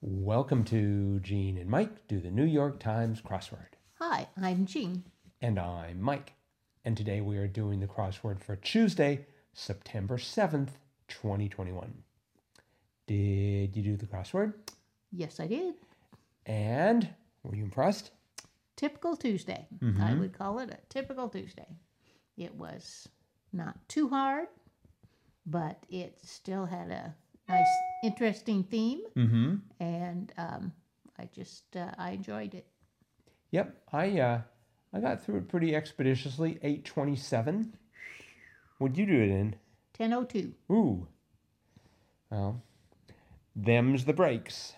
Welcome to Gene and Mike do the New York Times crossword. Hi, I'm Jean. And I'm Mike. And today we are doing the crossword for Tuesday, September 7th, 2021. Did you do the crossword? Yes, I did. And were you impressed? Typical Tuesday. I Mm-hmm. would call it a typical Tuesday. It was not too hard, but it still had a nice, interesting theme, Mm hmm. and um, I just uh, I enjoyed it. Yep. I, uh, I got through it pretty expeditiously, 827. What'd you do it in? Ten oh two. Ooh. Well, them's the breaks.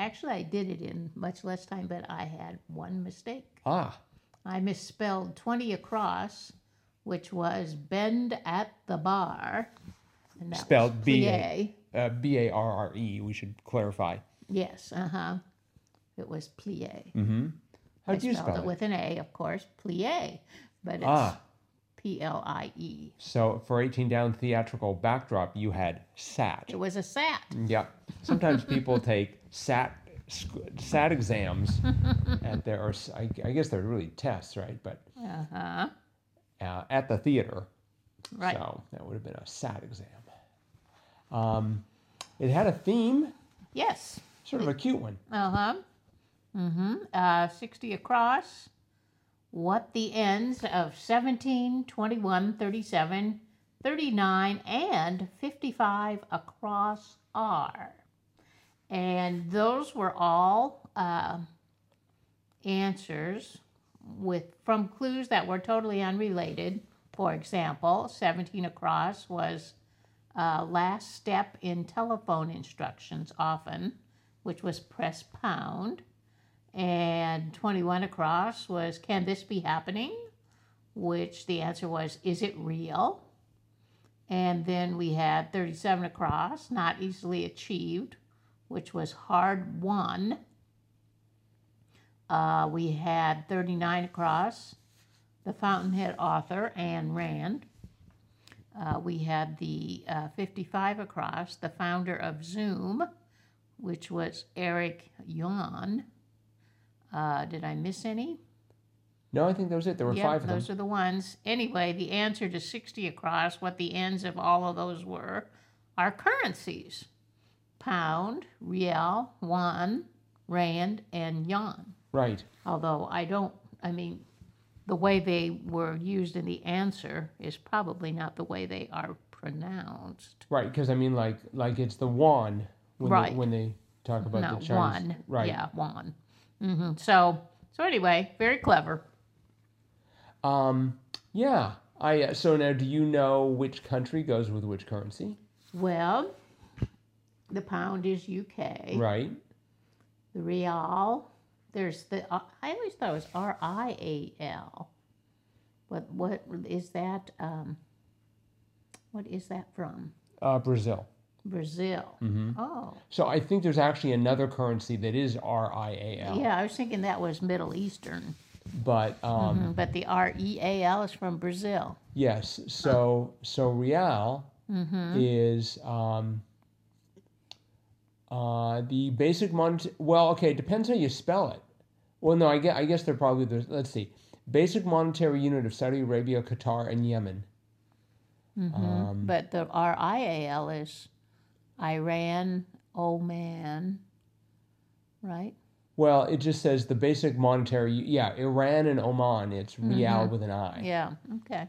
Actually, I did it in much less time, but I had one mistake. Ah, I misspelled 20 across, which was bend at the bar. And that was Spelled B A. plie. uh, B A R R E, we should clarify. Yes, uh huh. It was plie. I Mm-hmm. How'd you spelled spell it, it? with an A, of course, plie, but it's Ah. P L I E. So for 18 down theatrical backdrop, you had sat. It was a sat. Yeah. Sometimes people take sat sc- sat exams at their, or s- I, I guess they're really tests, right? But Uh huh. uh, at the theater. Right. So that would have been a sat exam. Um, it had a theme, Yes. sort of a cute one. Uh huh. Mm-hmm. Uh, 60 across. What the ends of 17, 21, 37, 39, and 55 across are. And those were all uh, answers with from clues that were totally unrelated. For example, 17 across was uh, last step in telephone instructions often, which was press pound. And 21 across was can this be happening? Which the answer was is it real? And then we had 37 across, not easily achieved, which was hard won. Uh, we had 39 across, the Fountainhead author, Anne Rand. Uh, we had the uh, 55 across, the founder of Zoom, which was Eric Yuan. Uh, did I miss any? No, I think that was it. There were Yeah, five of them. those are the ones. Anyway, the answer to 60 across, what the ends of all of those were, are currencies pound, real, yuan, rand, and yuan. Right. Although I don't, I mean, the way they were used in the answer is probably not the way they are pronounced. Right, because I mean, like, like it's the one when Right. they, when they talk about Not the Chinese. one. Right. Yeah, one. hmm So, so anyway, very clever. Um. Yeah. I. uh, So now, do you know which country goes with which currency? Well, the pound is UK. Right. The real, there's the, uh, I always thought it was R I A L. What, what is that? Um, what is that from? Uh, Brazil. Brazil. Mm-hmm. Oh, So I think there's actually another currency that is R I A L. yeah, I was thinking that was Middle Eastern, But um, Mm, but the R E A L is from Brazil. yes. So so real is um. Uh, the basic monetary. Well, okay, it depends how you spell it. Well, no, I guess, I guess they're probably the. Let's see. Basic monetary unit of Saudi Arabia, Qatar, and Yemen. Mm-hmm. Oh. Um, But the R I A L is Iran, Oman, right? Well, it just says the basic monetary. Yeah, Iran and Oman. It's real with an I. Yeah, okay.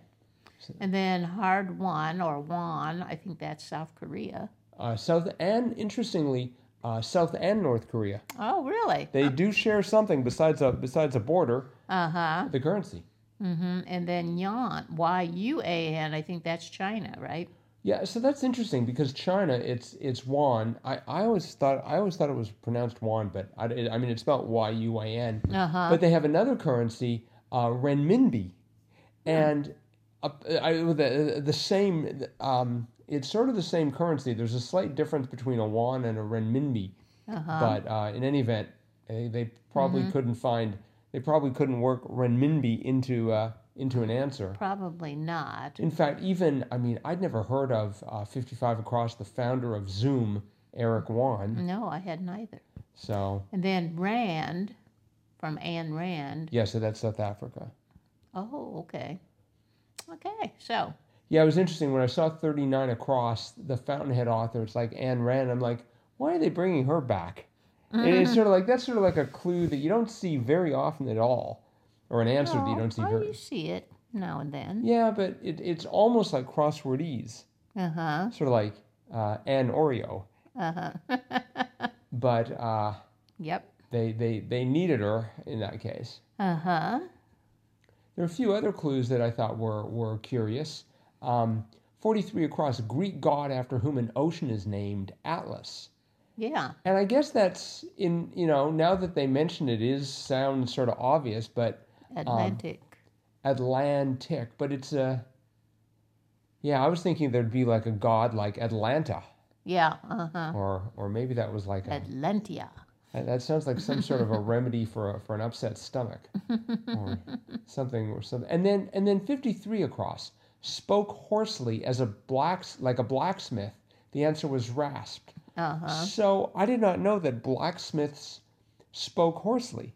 And then hard won or won, I think that's South Korea. Uh, South and interestingly, uh, South and North Korea. Oh, really? They do share something besides a besides a border, Uh huh. the currency. hmm And then yuan, Y U A N, I think that's China, right? Yeah, so that's interesting because China, it's it's yuan. I, I always thought I always thought it was pronounced yuan, but I, I mean it's spelled y u a n. Uh huh. But they have another currency, uh, renminbi, and uh, I, the the same. Um, it's sort of the same currency. There's a slight difference between a yuan and a renminbi, but uh, in any event, they, they probably couldn't find. They probably couldn't work renminbi into uh, into an answer. Probably not. In fact, even I mean, I'd never heard of uh, 55 Across, the founder of Zoom, Eric Wan. No, I had neither. So And then Rand, from Anne Rand. yeah, so that's South Africa. Oh, okay. Okay, so Yeah, it was interesting when I saw 39 across the Fountainhead author. It's like Anne Rand. I'm like, why are they bringing her back? And Mm-hmm. it's sort of like that's sort of like a clue that you don't see very often at all, or an answer that you No, don't see oh, very. you see it now and then. Yeah, but it, it's almost like crosswordese, Uh huh. sort of like uh, Anne Oreo. Uh huh. But uh, yep. they, they they needed her in that case. Uh huh. There are a few other clues that I thought were were curious. Um, 43 across, Greek god after whom an ocean is named, Atlas. Yeah. And I guess that's in you know now that they mention it is sounds sort of obvious, but Atlantic. Atlantic, but it's a yeah. I was thinking there'd be like a god like Atlanta, yeah. Uh huh. or or maybe that was like a Atlantia. that that sounds like some sort of a remedy for a, for an upset stomach or something or something. And then and then fifty three across spoke hoarsely as a blacks like a blacksmith. The answer was rasped. Uh huh. So I did not know that blacksmiths spoke hoarsely.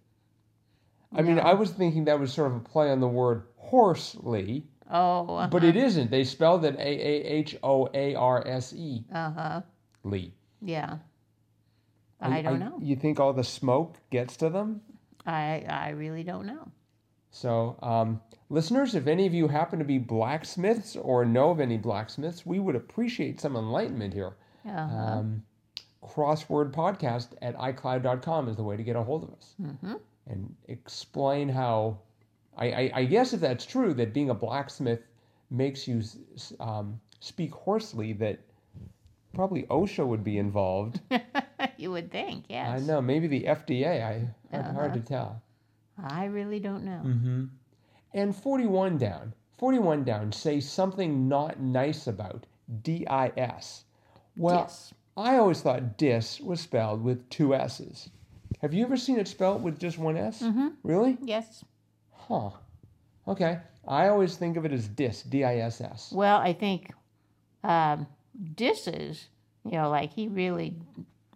I mean, I was thinking that was sort of a play on the word hoarsely, Oh. Uh but it isn't. They spelled it A A H O A R S E huh. ly. Uh-huh. Yeah. I, don't know. You think all the smoke gets to them? I I really don't know. So, um, listeners, if any of you happen to be blacksmiths or know of any blacksmiths, we would appreciate some enlightenment here. Uh-huh. Um, crossword podcast at iCloud.com is the way to get a hold of us and explain how. I, I, I guess if that's true, that being a blacksmith makes you s- s- um, speak hoarsely, that probably OSHA would be involved. you would think, I yes. know, maybe the FDA. I hard, hard to tell. I really don't know. Mm-hmm. And 41 down. 41 down. Say something not nice about. D I S. Well, Yes. I always thought dis was spelled with two S's. Have you ever seen it spelled with just one S? Really? Yes. Huh. Okay. I always think of it as dis, D I S S. Well, I think um, disses, you know, like he really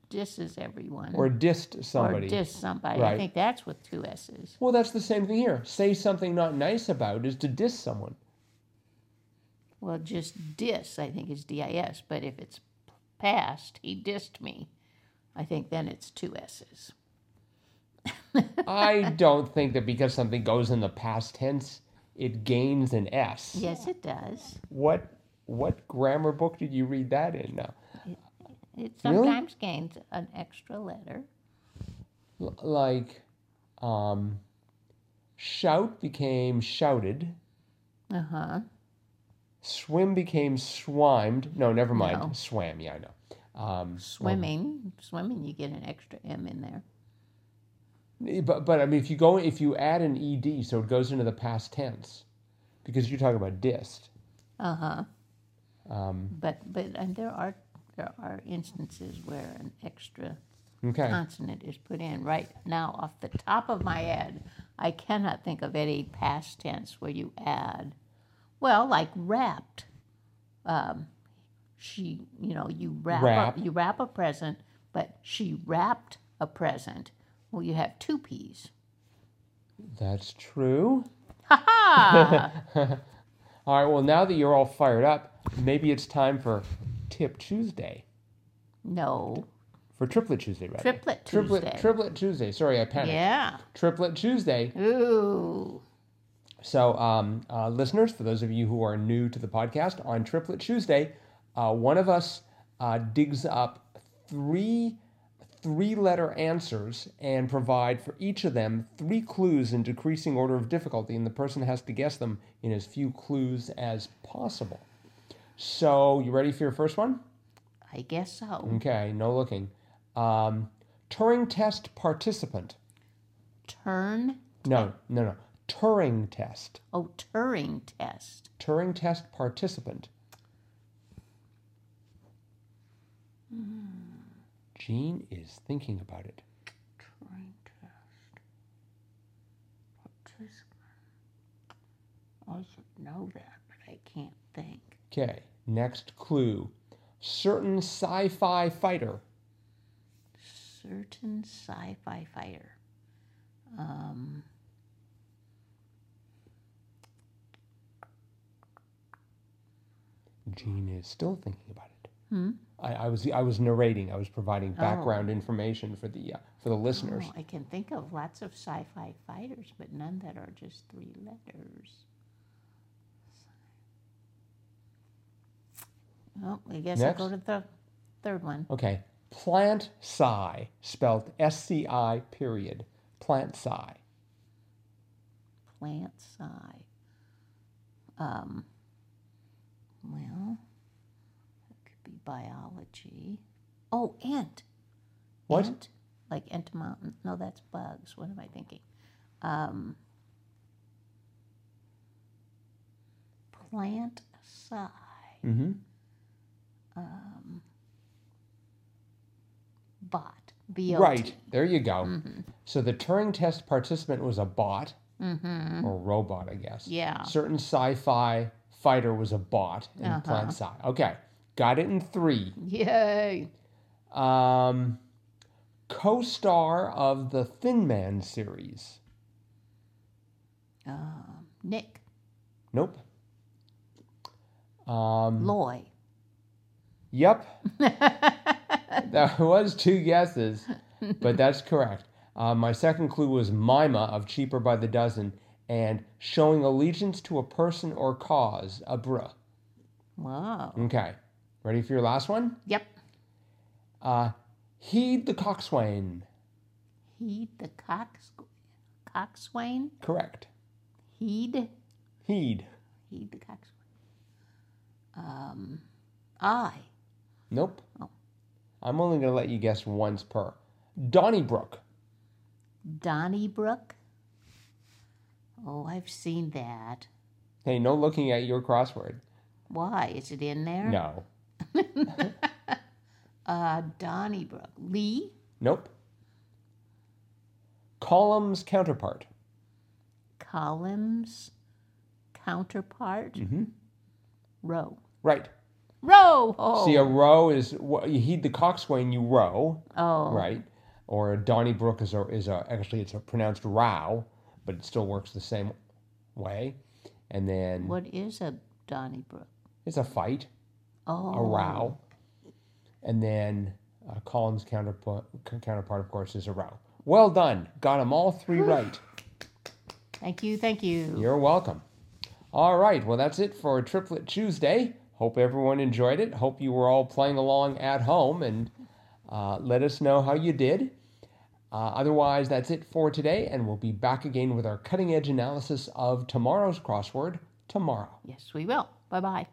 disses everyone Or dissed or somebody. diss somebody. I Right. think that's with two S's. well, that's the same thing here. Say something not nice about is to diss someone. Well, just diss, I think, is D I S. But if it's past, he dissed me, I think then it's two S's. I don't think that because something goes in the past tense, it gains an S. Yes, it does. What what grammar book did you read that in now? It Really? sometimes gains an extra letter. L- like um shout became shouted. Uh huh. Swim became swimed. No, never mind. No. Swam, yeah, I know. Um, Swimming, swimming, you get an extra M in there. but but I mean, if you go if you add an ed, so it goes into the past tense, because you're talking about dist. Uh huh. Um, But but and there are there are instances where an extra okay, consonant is put in. Right now, off the top of my head, I cannot think of any past tense where you add. Well, like wrapped. Um, she, you know, you wrap, Wrap. A, you wrap a present, but she wrapped a present. Well, you have two P's. that's true. Ha ha! All right. Well, now that you're all fired up, maybe it's time for Tip Tuesday no, for Triplet Tuesday, rather. triplet Triplet Tuesday. Triplet Tuesday. Sorry, I panicked. yeah. Triplet Tuesday. Ooh. So, um, uh, listeners, for those of you who are new to the podcast, on Triplet Tuesday, uh, one of us uh, digs up three three-letter answers and provide for each of them three clues in decreasing order of difficulty, and the person has to guess them in as few clues as possible. So, you ready for your first one? I guess so. Okay, no looking. Um, Turing test participant. Turn. No, no, no. Turing test. Oh, Turing test. Turing test participant. Jean is thinking about it. Turing test. Participant. I should know that, but I can't think. Okay, next clue. Certain sci fi fighter. certain sci-fi fighter. Um, Gene is still thinking about it. hmm? I, I was I was narrating. I was providing Oh. background information for the uh, for the listeners. Oh, I can think of lots of sci-fi fighters, but none that are just three letters. Well, I guess I'll go to the third one. Okay, plant sci spelled S C I period plant sci. Plant sci. Um, well, it could be biology. Oh, ant. What? Ant, like ent mountain. No, that's bugs. What am I thinking? Um, plant sci. Mm-hmm. Um, bot. B O T. Right there you go. So the Turing test participant was a bot Mm-hmm. or robot, I guess. Yeah. Certain sci-fi fighter was a bot in Uh-huh. plant sci. Okay, got it in three. Yay. Um, co-star of the Thin Man series. Um, Nick. Nope. Um, Loy. yep. That was two guesses, but that's correct. Uh, my second clue was Mima of Cheaper by the Dozen and showing allegiance to a person or cause, a bruh. Whoa. Okay, ready for your last one? Yep. Uh, heed the coxswain. Heed the cox, coxswain. Correct. Heed. Heed. Heed the coxswain. Um, I. Nope. Oh. I'm only going to let you guess once per. Donnybrook. Donnybrook. Oh, I've seen that. Hey, no looking at your crossword. Why? Is it in there? No. Uh, Donnybrook. Lee. Nope. Column's counterpart. Columns. Counterpart. Mhm. Row. Right. Row. Oh. See, a row is wh- you heed the coxswain, you row, oh. right? Or a Donnybrook is a, is a actually it's a pronounced row, but it still works the same way. And then What is a Donnybrook? it's a fight, Oh. a row, and then uh, Collins' counterpart counterpart of course is a row. Well done, got them all three right. Thank you. Thank you. You're welcome. All right, well, that's it for Triplet Tuesday. Hope everyone enjoyed it. Hope you were all playing along at home and uh, let us know how you did. Uh, otherwise, that's it for today, and we'll be back again with our cutting edge analysis of tomorrow's crossword tomorrow. Yes, we will. Bye bye.